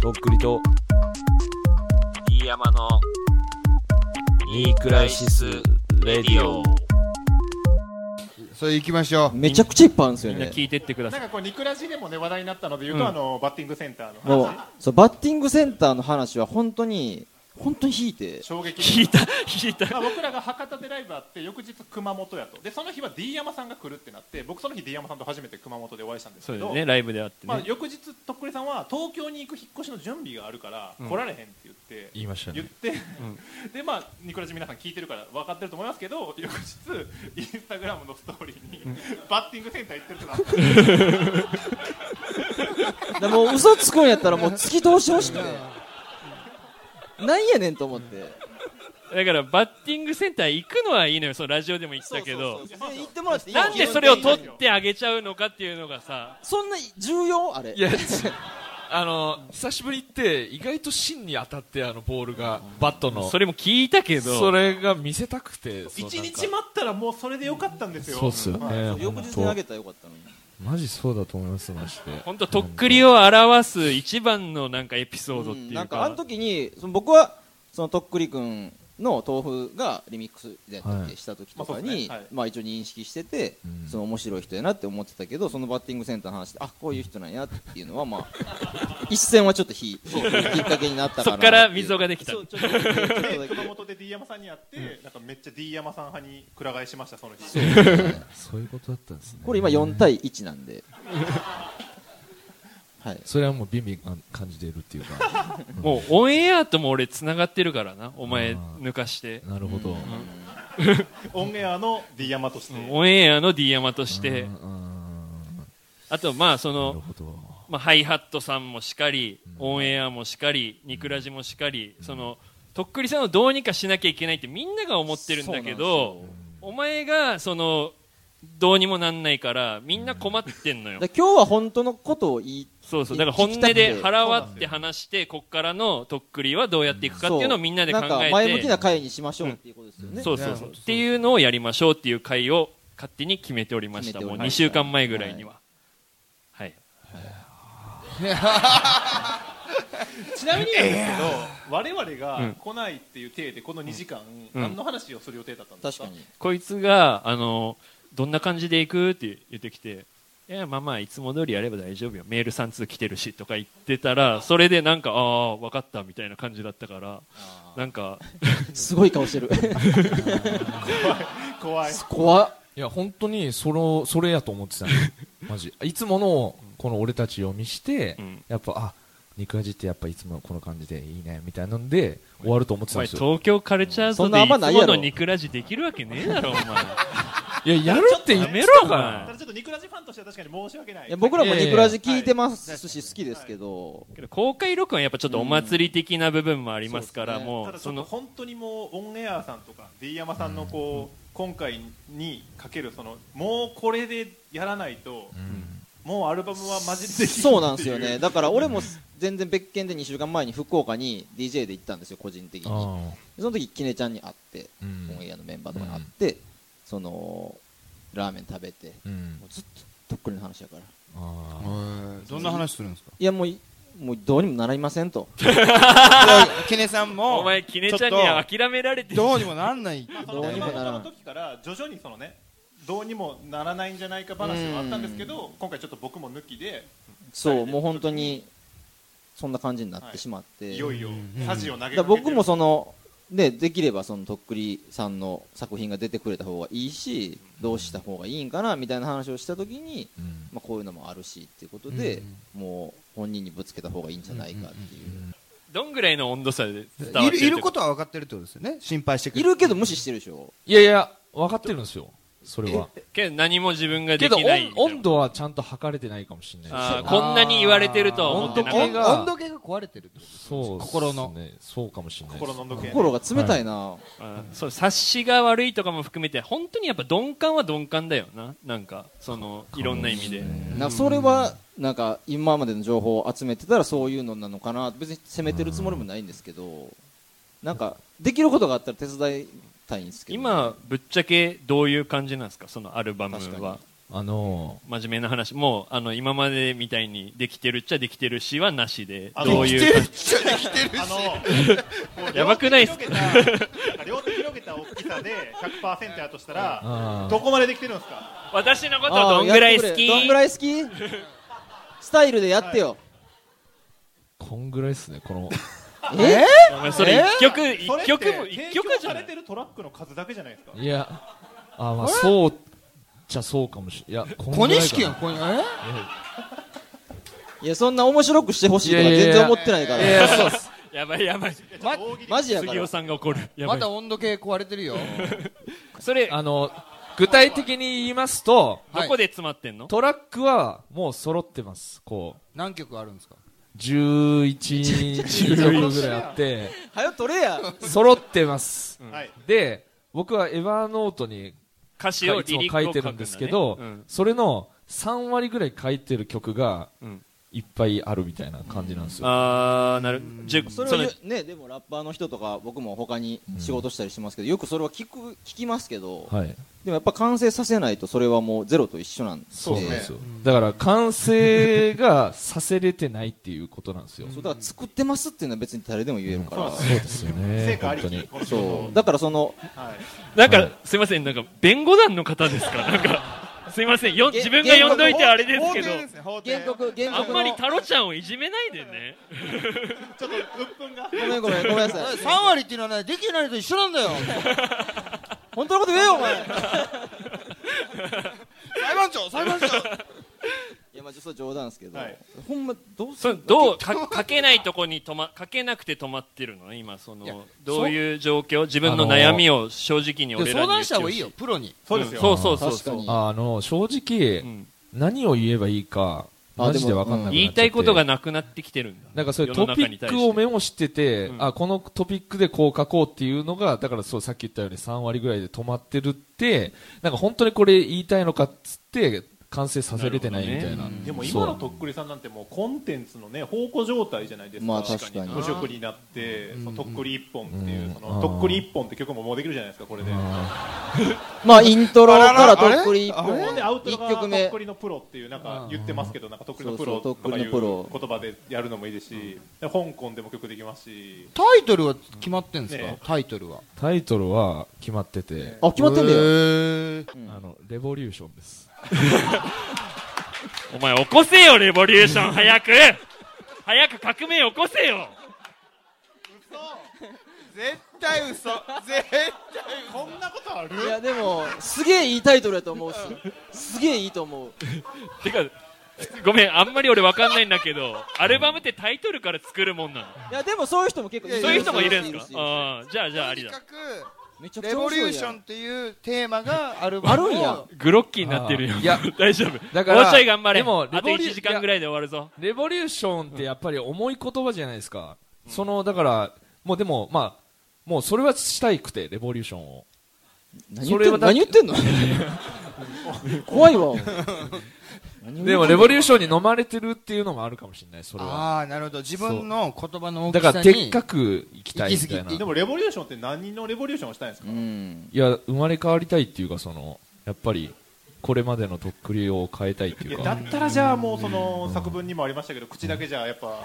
とっくりと飯山のニークライシスレディオそれ行きましょうめちゃくちゃいっぱいあるんですよみんなね聞いてってくだなさんいかこうニクラジでもね話題になったので言うと、うんあのバッティングセンターのもう話そうバッティングセンターの話は本当に本当に引いて衝撃聞いた聞いたまあ、僕らが博多でライブあって翌日熊本やとでその日は D 山さんが来るってなって僕その日 D 山さんと初めて熊本でお会いしたんですそけうだどよねライブであってまあ、ね翌日とっくりさんは東京に行く引っ越しの準備があるから来られへんって言って、言いました言ねって、 でまあニクラジ皆さん聞いてるから分かってると思いますけど翌日インスタグラムのストーリーに、バッティングセンター行ってるってなってでもう嘘つくんやったらもう突き通してほしくてなんやねんと思ってだからバッティングセンター行くのはいいのよそのラジオでも言ってたけどそうそうそうで言ってもらっていいよなんでそれを取ってあげちゃうのかっていうのがさそんな重要あれいやあの久しぶりに行って意外と芯に当たってあのボールがバットのそれも聞いたけどそれが見せたくてそう1なんか日待ったらもうそれでよかったんですよそうっすよはいね翌日にあげたらよかったのにマジそうだと思いますマジで本当とっくりを表す一番のなんかエピソードってうんいなうんかあのか時にその僕はそのとっくりくんの豆腐がリミックスでやった時した時とかはいに、まあそうですねはいまあ一応認識してて、うんその面白い人やなって思ってたけどそのバッティングセンターの話であこういう人なんやっていうのはまあ 一線はちょっとひきっかけになったかなそっから溝ができたそうちょっとちょっとだでけ熊本で D 山さんに会って、なんかめっちゃ D 山さん派にくら替えしましたその日そういうことだったんですねこれ今4対1なんではいそれはもうビンビンあ感じてるっていうかもうオンエアとも俺つながってるからなお前あー抜かして、なるほどオンエアの D 山として、うんオンエアの D 山としうてんうんあとまあそなるの、ほどまあ、ハイハットさんもしかりオンエアもしかりニクラジもしかりそのとっくりさんをどうにかしなきゃいけないってみんなが思ってるんだけそうどなんですよお前がそのどうにもなんないからみんな困ってんのよだから今日は本当のことを言いそうそうだから本音で腹割って話してこっからのとっくりはどうやっていくかっていうのをみんなで考なんえかて前向きな回にしましょうっていうことですよね、そうそうそうっていうのをやりましょうっていう会を勝手に決めておりまし決ためておもうり2ました週間前ぐらいにははい、ちなみになんですけど、我々うんが来ないっていう体でこの2時間、うん何の話をする予定だったんです確かかにこいつがあのどんな感じで行くって言ってきていやまあまあいつも通りやれば大丈夫よメール3通来てるしとか言ってたらそれでなんかああ分かったみたいな感じだったからなんかすごい顔してる 怖い怖っいや本当にそのそれやと思って たのマジいつものこの俺たちを見して、うんやっぱあ肉味ってやっぱいつもこの感じでいいねみたいなんで終わると思っておたん前ですよ東京カルチャーそズんでなあいんまないつやろもの肉ラジできるわけねえだろお前いややるって言やっめてろお前ただちょっとニクラジファンとしては確かに申し訳ないいや僕らもいやいやニクラジ聞いてますし好きですけど、けど公開録音はやっぱちょっとお祭り的な部分もありますから、うんもたうだちそょっとの本当にもうオンエアさんとか D 山さんのこう、今回にかけるそのもうこれでやらないと、もうアルバムはマジでできそうなんですよっていねうだから俺も全然別件で2週間前に福岡に DJ で行ったんですよ個人的にそあの時きねちゃんに会って、ーうんオンエアのメンバーとかに会って、そのラーメン食べてうんもうずっととっくりの話やからいあどんな話するんですかやもういもうどうにもなりませんとケネさんもお前きねちゃんには諦められてるどうにもなんないまあそどのうにもならそなのい時から徐々にそのねどうにもならないんじゃないか話はあったんですけど今回ちょっと僕も抜きでそうもう本当にそんな感じになってしまって、いよいよ恥を投げかけだてから僕もその、ね、できればそのとっくりさんの作品が出てくれた方がいいしどうした方がいいんかなみたいな話をした時に、うんまあ、こういうのもあるしっていうことで、もう本人にぶつけた方がいいんじゃないかっていう,、どんぐらいの温度差で伝わっいてるるいることは分かってるってことですよね心配してくいるけど無視してるでしょいやいや分かってるんですよそれはけど何も自分がけでどきない温温度はちゃんと測れてないかもしれないあーこんなに言われてるとは思ってなか温っ度計たが温度計が壊れてるってこですそうっすね心のそうかもしれないです心の温度計心が冷たいな、あーそう察しが悪いとかも含めて本当にやっぱ鈍感は鈍感だよななんかそのいろんな意味でなそれはなんか今までの情報を集めてたらそういうのなのかな別に責めてるつもりもないんですけどなんかできることがあったら手伝いたいんですけど今ぶっちゃけどういう感じなんですかそのアルバム確かはあの真面目な話もうあの今までみたいにできてるっちゃできてるしはなしであのどういう あのもうやばくないっす両手広げた両手広げた大きさで100%やとしたらあーどこまでできてるんですか私のことあーどんぐらいや好ってくれきどんぐらい好きスタイルでやってよ。こんぐらいですねこのえお前それ一曲一それって曲も一提曲供じゃさなれいてるトラックの数だけじゃないですかいやあーまあそうじゃそうかもしれないやこんぐ小らいかな錦やん、こえいや、そんな面白くしてほしいとかいやいやい全や然思ってないから。いやそうっすやばいやばいま大喜利マジやか杉ら尾。さんが怒るやばまいだ温度計壊れてるよ。それあの具体的に言いますとどこで詰まってんのトラックはもう揃ってますこう何曲あるんですか11曲ぐらいあってはよ取れや。揃ってますはいで僕はエヴァーノートに歌詞いをつリもリック書を書いくてんだるねんですけど、うんそれの3割ぐらい書いてる曲がうんいっぱいあるみたいな感じなんですよ、あーなるじゅそそれをのゆね、でもラッパーの人とか僕も他に仕事したりしますけど、よくそれは聞く聞きますけど、はいでもやっぱ完成させないとそれはもうゼロと一緒なんでそうなんねですよ、だから完成がさせれてないっていうことなんですよ、そうだから作ってますっていうのは別に誰でも言えるから、そうですよ成ね果あ本り当きにこの仕事そうだからそのはいなんかはいすいませんなんか弁護団の方ですか なんかすいませんよげ自分が呼んどいてあれですけど法廷ですね法廷原告原あん告まりのタロちゃんをいじめないでねちょっと鬱憤がごめんごめんごめんなさい3割っていうのはね、できてないのと一緒 なんだよ。本当のこと言えよお前い裁判長、裁判長。やまあちょっと冗談ですけど、はいほんまどうす そどうかかけないとこに止まかけなくて止まってるの今そのどういう状況自分の悩みを正直に俺らに言って相談した方ほがいいよ、プロに。そうですようんそうそうそう確かそうにあの正直、うん何を言えばいいかあマジで分かんなくなっちゃって言いたいことがなくなってきてるんだなんかそうい世うトのピ中にッ対クしてをメモしてて、うんあこのトピックでこう書こうっていうのがだからそうさっき言ったように3割ぐらいで止まってるってなんか本当にこれ言いたいのかっつって完成させれてないみたいななでもそう今のとっくりさんなんてもうコンテンツのね宝庫状態じゃないですか。まあ確かに無職になって、そのとっくり一本っていう、うんそのとっくり一本って曲ももうできるじゃないですかこれで。あまあイントロかあらららあれとっくりあれほんでアウト1ロが曲とっ目くりのプロっていうなんか言ってますけどなんかとっくりのそプロうそうとかいとっくりのうプ言ロ葉でやるのもいいですし、香港でも曲できますし、タイトルは決まってんすかねタイトルは。ータイトルは決まってて、あ決まってんだよ、よ。うんあのレボリューションですお前起こせよレボリューション早く早く革命起こせよ絶対嘘。絶こんなことある？いやでもすげえいいタイトルやと思うしすげえいいと思うてかごめんあんまり俺わかんないんだけどアルバムってタイトルから作るもんなのいやでもそういう人も結構そういう人もいるんですしかあーじゃあじゃあありだとにかく、めちゃくちレゃボ面リュ白ーいシやョんンっていうテーマがあるあるんやグロッキーになってるよあーいや 大丈夫だからもうちょい頑張れでもあとレボリュ1時間ぐらいで終わるぞレボリューションってやっぱり重い言葉じゃないですか、そのだからもうでもまあもうそれはしたいくてレボリューションを何言そってんのれはだ何言ってんの怖いわでもレボリューシションに飲まれてるっていうのもあるかもしれないそれあはあ、なるほど。自分の言葉の大きださかに。らでっかく行きたいみたい行きな過ぎいでもレボリューションって何のレボリューションをしたいんですか？うんや生まれ変わりたいっていうかそのやっぱりこれまでのとっくりを変えたいっていいやうだかったらじゃあもうその作文にもありましたけど口だけじゃや っぱ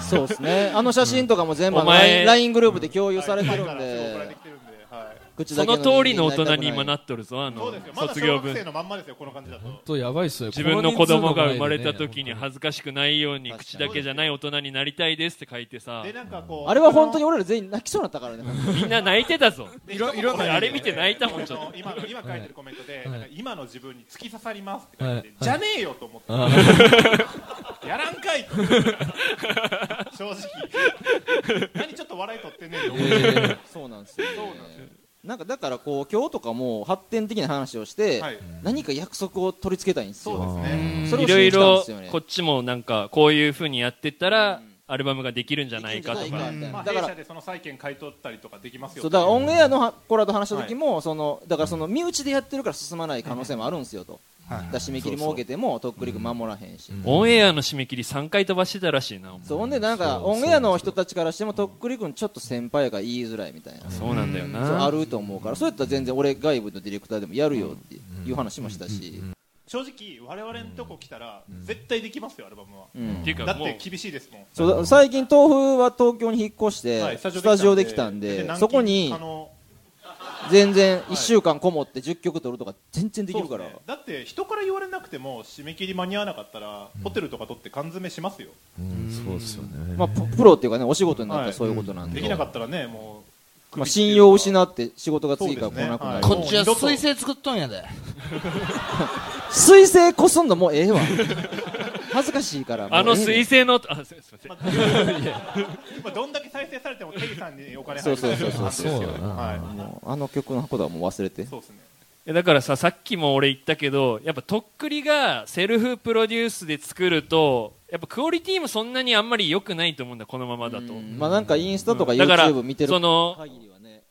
そうですねあの写真とかも全部あのお前 LINE LINE グループで共有はいされてるはんいからすごい送られでてきてるんで、はい。口そだけの通りの大人にみんな今なっとるぞあそのうですよ。まだ卒小業学生文のまんまですよこの感じだと。とやばいっすよ自分の子供が生まれたとき時に恥ずかしくないように確か口にだけじゃない大人になりたいですって書いてさでなんかこうあれは本当に俺ら全員泣きそうになったからねみんな泣いてたぞいろいろんな意味で俺あれ見て泣いたもんちょっと今の今書いてるコメントで、いなんか今の自分に突き刺さりますって書いてて、はいじゃねえよと思って、 やらんかいって正直何ちょっと笑い取ってんねえ と思って、そうなんですよねなんかだからこう今日とかも発展的な話をしてはい、何か約束を取り付けたいんですそうよですねそれいをろ信いじたんろですよねこっちもなんかこういうふうにやってったらうんアルバムができるんじゃないかでときるんじゃなかいみたいまなあ、だか弊ら社でその債権買い取ったりとかできますよそうだからオンエアのはコラと話した時も、そのだからその身内でやってるから進まない可能性もあるんですよと、はいだから締め切り設けてもとっくりく守らへんし、オンエアの締め切り3回飛ばしてたらしいなお前そうほんでなんかそうオンエアの人たちからしてもとっくりくんちょっと先輩やから言いづらいみたいな、そうそうなんだよなあると思うからそうやったら全然俺外部のディレクターでもやるよっていう話もしたし、正直我々のとこ来たら絶対できますよアルバムは、うんっていうかだっもうて厳しいですもんそうだ最近豆腐は東京に引っ越して、はいスタジオできたんで南京そこに可能全然1週間こもって10曲取るとか全然できるから、そうっすねだって人から言われなくても締め切り間に合わなかったら、ホテルとか取って缶詰しますようんそうですよねまあ、ププロっていうかねお仕事になったはらいそういうことなんで,、できなかったらねもう、まあ、信用をう失って仕事が次から来なくなる、そうですこっねちは水星作っとんやで水星こすんのもうええわ恥ずかしいからもうええあの水星のあすいませんまあ いやまあどんだけ再生されてもテイさんにお金入るそうそうそうそう話ですよそうだなはいもうあの曲のことはもう忘れてそうですねいやだからささっきも俺言ったけどやっぱとっくりがセルフプロデュースで作るとやっぱクオリティもそんなにあんまり良くないと思うんだこのままだと、うんまあなんかインスタとかうんだから YouTube 見てるその限りはね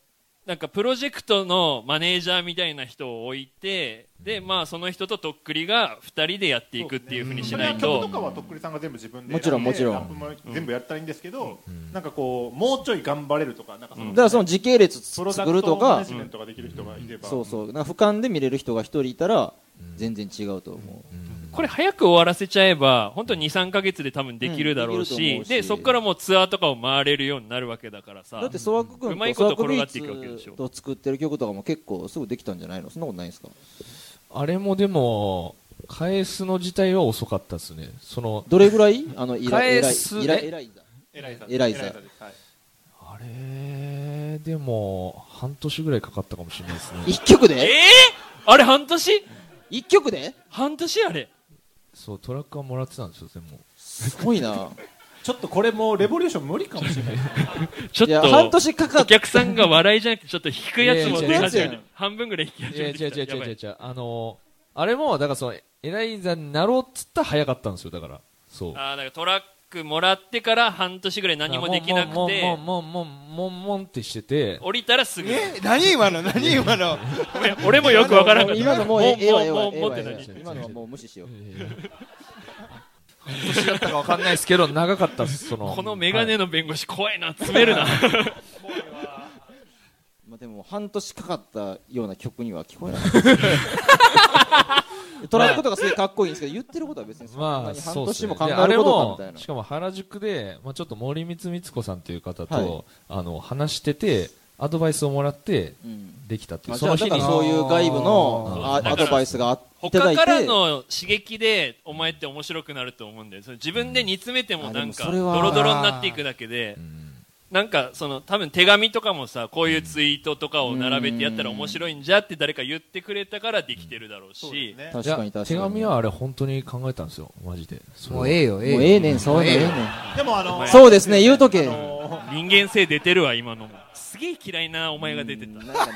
なんかプロジェクトのマネージャーみたいな人を置いてでまあその人ととっくりが2人でやっていくっていうふうにしこれなはいと、曲とかはとっくりさんが全部自分でもちろんもちろんラップも全部やったらいいんですけど、なんかこうもうちょい頑張れるとかなんかその、うんだからその時系列プロダ作クるトとマかネジメントができる人がいれば、そうそうなんか俯瞰で見れる人が一人いたら全然違うと思う、これ早く終わらせちゃえば本当に23か月で多分できるだろううんできるとし,、思うしでそこからもうツアーとかを回れるようになるわけだからさだってソワク君うまいとこソとワク転ビがーっていくわけでしツょと作ってる曲とかも結構すぐできたんじゃないのそんなことないんですかあれもでも、返すの自体は遅かったですね。その、どれぐらいあのイライラ返イすライライザエライザエライザですはいあれ、でも、半年ぐらいかかったかもしれないですね。一曲えでー、あれ半年一曲で半年あれそう、トラックはもらってたんですよ、でも。すごいなちょっとこれもうレボリューション無理かもしれないちょっいやと半年かかおって客さんが笑いじゃなくてちょっと引くやつも出始いやめいやて半分ぐらい引きい始や、め違うて違うきた違うやば違いう違う。あの、あれも、だからその、エライザになろうっつったら早かったんですよ、だから。そう。あーだからトラックもらってから半年ぐらい何もできなくてもんもんもんもんもんもんってしてて、降りたらすぐえ 何今の何今の ごめん俺もよくわからんかった今のもうええええわええわもうええもうもうわええわもうって何今のはもう無視しよう年だったかわかんないですけど、長かったっす、そ の。このメガネの弁護士怖いな詰めるなまあでも半年かかったような曲には聞こえなかった ですねトラックとかすごいかっこいいんですけど言ってることは別にそんまなあ、にそ半うで年すねも考でえあれることもかみたいなしかも原宿で、まあ、ちょっと森光光子さんという方と、はいあの話しててアドバイスをもらってうんできたっていうあそじゃのあだか日にらそういう外部のあーあアドバイスがあいただ他いてからの刺激でお前って面白くなると思うんだよそれ自分で煮詰めてもなあんかでもそドれはロドロになっていくだけでなんかその多分手紙とかもさこういうツイートとかを並べてやったら面白いんじゃって誰か言ってくれたからできてるだろうそうでしすね確いやかに確かに手紙はあれ本当に考えたんですよマジでそれはもうええよええもようええねんそういうのええねんでもあのそうですね言うとけあの人間性出てるわ今のもすげえ嫌いなお前が出てたなんかね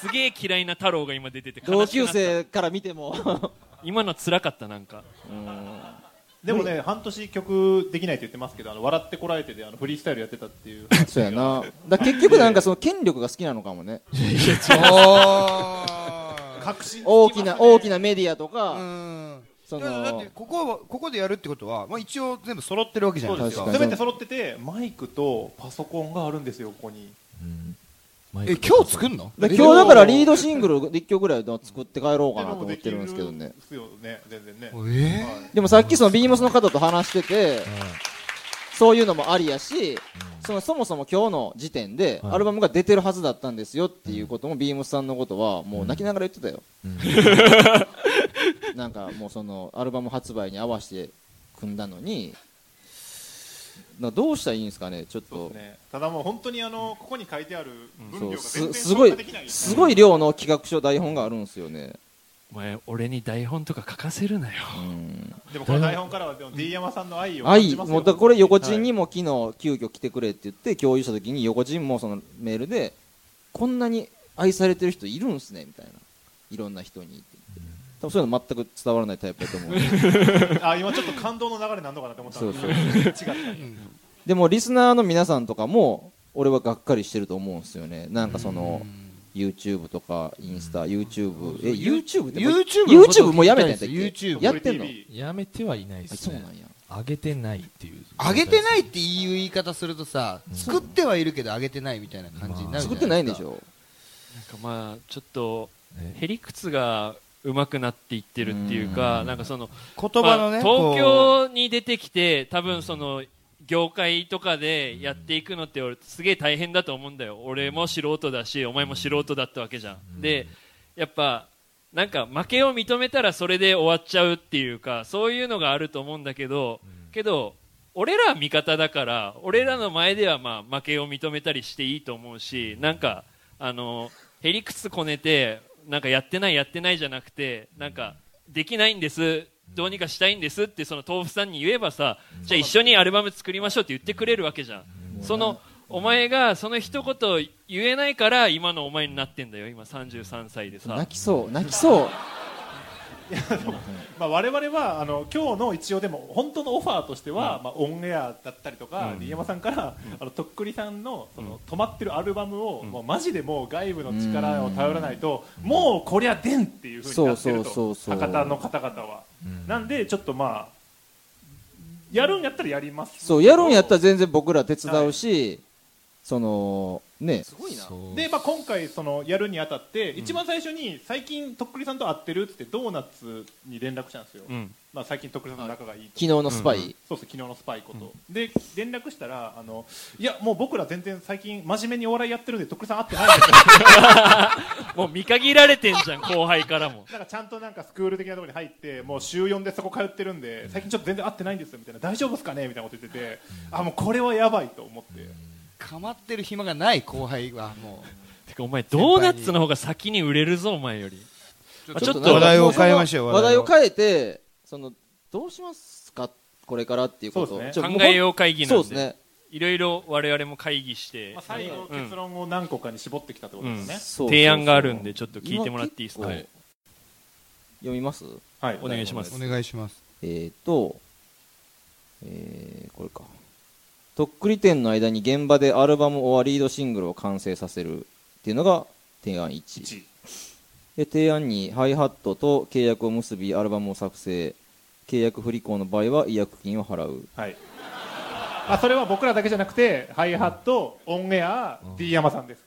すげえ嫌いな太郎が今出てて同悲しく級なった生から見ても今の辛かったなんかでもね半年曲できないって言ってますけどあの笑ってこらえてであのフリースタイルやってたっていう そうやなだから結局なんかその権力が好きなのかもね確信大きな大きなメディアとかうんそだからだってのここはここでやるってことは、まあ、一応全部揃ってるわけじゃそなういでですすよか確かに全て揃っててマイクとパソコンがあるんですよここにマイクえ今日作んのだから今日だからリードシングル1曲ぐらいの作って帰ろうかなとでも思ってるんですけどねできるっすよね全然ねえはいでもさっきそのビームスの方と話してて、そういうのもありやし、そのそもそも今日の時点で、はいアルバムが出てるはずだったんですよっていうことも、ビームスさんのことはもう泣きながら言ってたよ、 なんかもうそのアルバム発売に合わせて組んだのになどうしたらいいんですかねちょっそうとですねただもう本当にあのここに書いてあるそ分う量が全す然すご消い化できないすごい量の企画書台本があるんですよねお前俺に台本とか書かせるなようんでもこの台本からはでも D 山さんの愛を感愛じますよもうだからこれ横陣にも昨日急遽来てくれって言って共有した時に横陣もそのメールでこんなに愛されてる人いるんすねみたいないろんな人にって言って多分そういうの全く伝わらないタイプだと思うはいあ今ちょっと感動の流れなんのかなと思ったんですけど違っでもリスナーの皆さんとかも俺はがっかりしてると思うんですよねなんかその YouTube とかインスタ YouTube え YouTube っても YouTube うのこと YouTube もうやめたんやったっけ YouTube やたってんの TV やめてはいないであすそうなねんや上げてないっていう上げてないっていう言い方するとさ作ってはいるけど上げてないみたいな感じになるじゃ作ってないんでしょょなんかまあちょっとねへりくつが上手くなっていってるっていうか、なんかその、言葉のね、まあ東京に出てきて多分その業界とかでやっていくのって俺すげえ大変だと思うんだよ俺も素人だしお前も素人だったわけじゃん、でやっぱなんか負けを認めたらそれで終わっちゃうっていうかそういうのがあると思うんだけど、けど俺らは味方だから俺らの前ではまあ負けを認めたりしていいと思うしなんかあのへりくつこねてなんかやってないやってないじゃなくてなんかできないんですどうにかしたいんですってその豆腐さんに言えばさじゃあ一緒にアルバム作りましょうって言ってくれるわけじゃん。そのお前がその一言言えないから今のお前になってんだよ今33歳でさ泣きそう泣きそうまあ、我々はあの今日の一応でも本当のオファーとしては、まあ、オンエアだったりとか、d 山さんから、あのとっくりさんのその止まってるアルバムを、もうマジでもう外部の力を頼らないと、もうこりゃ出んっていう風になってるとそうそうそうそう博多の方々は、なんでちょっとまあやるんやったらやりますけどそうやるんやったら全然僕ら手伝うし、そのねすごいなで、まあ、今回そのやるにあたって一番最初に最近とっくりさんと会ってるっつってドーナツに連絡したんですよ、うんまあ、最近とっくりさんと仲がいいと昨日のスパイ、そうです昨日のスパイこと、で連絡したらあのいやもう僕ら全然最近真面目にお笑いやってるんでとっくりさん会ってないんです よもう見限られてんじゃん後輩からもなんかちゃんとなんかスクール的なところに入ってもう週4でそこ通ってるんで最近ちょっと全然会ってないんですよみたいな大丈夫ですかねみたいなこと言っててあもうこれはやばいと思って、かまってる暇がない後輩はもてかお前ドーナツの方が先に売れるぞお前よりうあちょっなとんか話題を変えましょう話話題題をを変えてそのどうしますかこれからっていうことそうですねちょ考もうえよう会議なそうんでですねいろいろ我々も会議してまあ、最後結論を何個かに絞ってきたってことですね、そうそうそう提案があるんでちょっと聞いてもらっていいですか、今結構読みますはいお願いしますお願いしますえー、と、えー、これか。とっくり店の間に現場でアルバムオアリードシングルを完成させるっていうのが提案1。一で、提案2、ハイハットと契約を結びアルバムを作成。契約不履行の場合は違約金を払う。はいあそれは僕らだけじゃなくてハイハットオンエア D 山さんです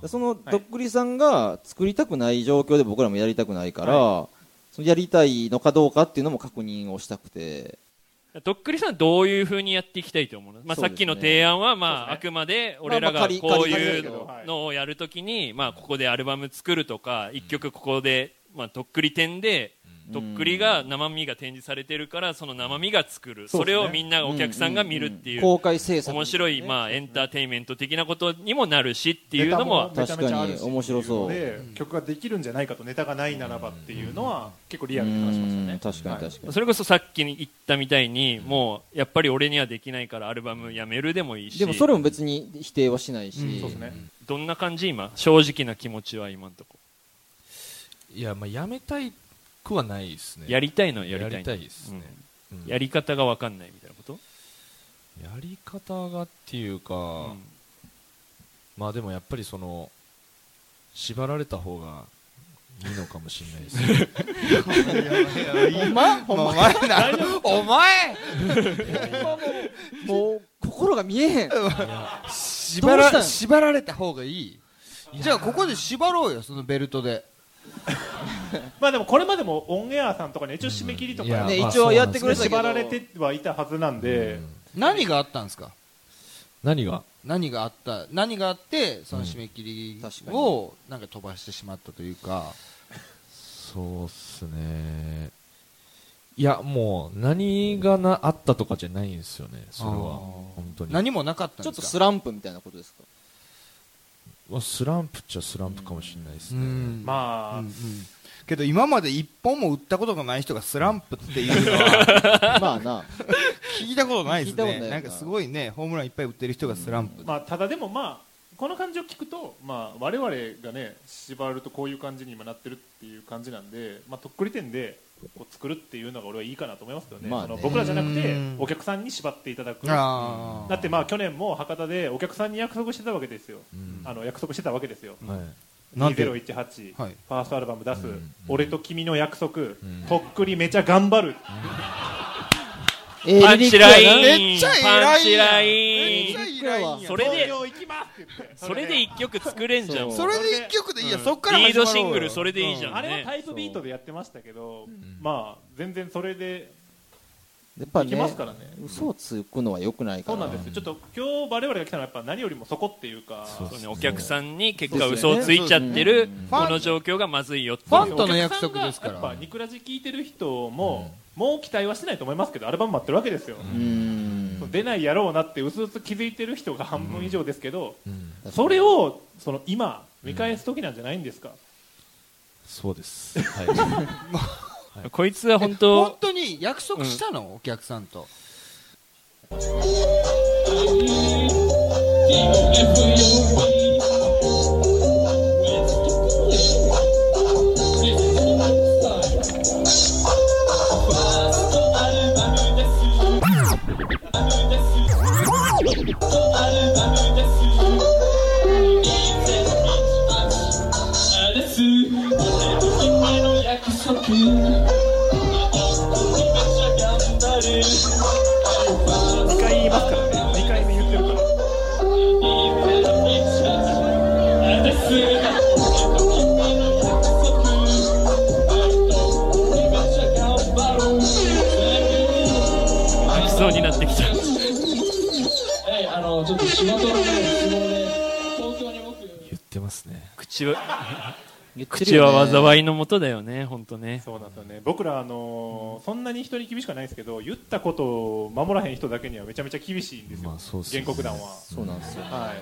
でそのとっくりさんが作りたくない状況で僕らもやりたくないから、そのやりたいのかどうかっていうのも確認をしたくて。とっくりさんどういうふうにやっていきたいと思うの、まあ、そうでさすねっきの提案は、まあそうですねあくまで俺らまあまがあ仮こう仮でいすうけどはいのをやるときに、まあ、ここでアルバム作るとか一曲ここで、まあ、とっくり展でとっくりが生身が展示されてるからその生身が作るそ,、そうですれねをみんなお客さんが見るっていう,、公開制作。面白い、まあ、エンターテインメント的なことにもなるしっていネうタのもめちゃめちゃあるし確かに面白そうっていうので曲ができるんじゃないかとネタがないならばっていうのは結構リうアルに話しましたんね確かに確かはいに。それこそさっきに言ったみたいにもうやっぱり俺にはできないからアルバムやめるでもいいしでもそれも別に否定はしないし、そうですねどんな感じ今正直な気持ちは今のとこいや、まあ、やめたいくはないですね。やりたいのはややりたいのりたいですね。うんうんやり方が分かんないみたいなこと、やり方がっていうか、まあでもやっぱりその、縛られた方がいいのかもしれないですね。お前お前なお前もう心が見えへん 縛どうしたらの縛られた方がいいじゃあここで縛ろうよそのベルトでまあでもこれまでもオンエアさんとかに一応締め切りといやかねまあ一応やってくれてたけど縛られてはいたはずなんで何があったんですか何が何があった何があってその締め切り確かにをなんか飛ばしてしまったというかそうっすね。いや、もう、何がな、あったとかじゃないんですよね、それはあー。本当に。何もなかったんちょでっすとかスランプみたいなことですかまあスランプっちゃスランプかもしれないですうね。んまあ、うんうんけど今まで一本も売ったことがない人がスランプっていうのは まあな聞いたことないです聞いたこねとないよななんかすごいねホームランいっぱい売ってる人がスランプまあただでもまあこの感じを聞くと、まあ、我々がね縛るとこういう感じに今なってるっていう感じなんで、まあ、とっくり店でこう作るっていうのが俺はいいかなと思いますけどね,、まあねその僕らじゃなくてうんお客さんに縛っていただくだあってまあ去年も博多でお客さんに約束してたわけですよ、あの約束してたわけですよ、はい。なんで2018、はいファーストアルバム出す、うん俺と君の約束、んとっくりめちゃ頑張る、えパンチラインめっちゃ偉いやんパンチラインめっちゃ偉いやんそれで東京行きますそれで一曲作れんじゃん。そうもうそれで一曲でいいや、うんそっからリー始ドまろうシングよル、それでいいじゃんあれはね。タイプビートでやってましたけど、まあ全然それでやっぱいけねますからね嘘をつくのは良くないかそらうなんですよちょっと今日我々が来たのはやっぱ何よりもそこっていうかそうねお客さんに結果嘘をついちゃってる、そうですよねこの状況がまずいよってフいァうンとの約束ですかやっぱらニクラジ聞いてる人も、もう期待はしてないと思いますけどアルバム待ってるわけですよ、うーん出ないやろうなってうすうす気づいてる人が半分以上ですけど、それをその今見返す時なんじゃないんですか、そうです。 はい。こいつは本本当当に約束したの、お客さんと2回言いますからね2回目言ってるから泣きそうになってきた言ってますね。口は言ってる口よねは災いのもとだよね本当ねそうなんですよね僕ら、あのーそんなに人に厳しくはないですけど言ったことを守らへん人だけにはめちゃめちゃ厳しいんですよ、まあそうっすね原告団は。そうなんですよはい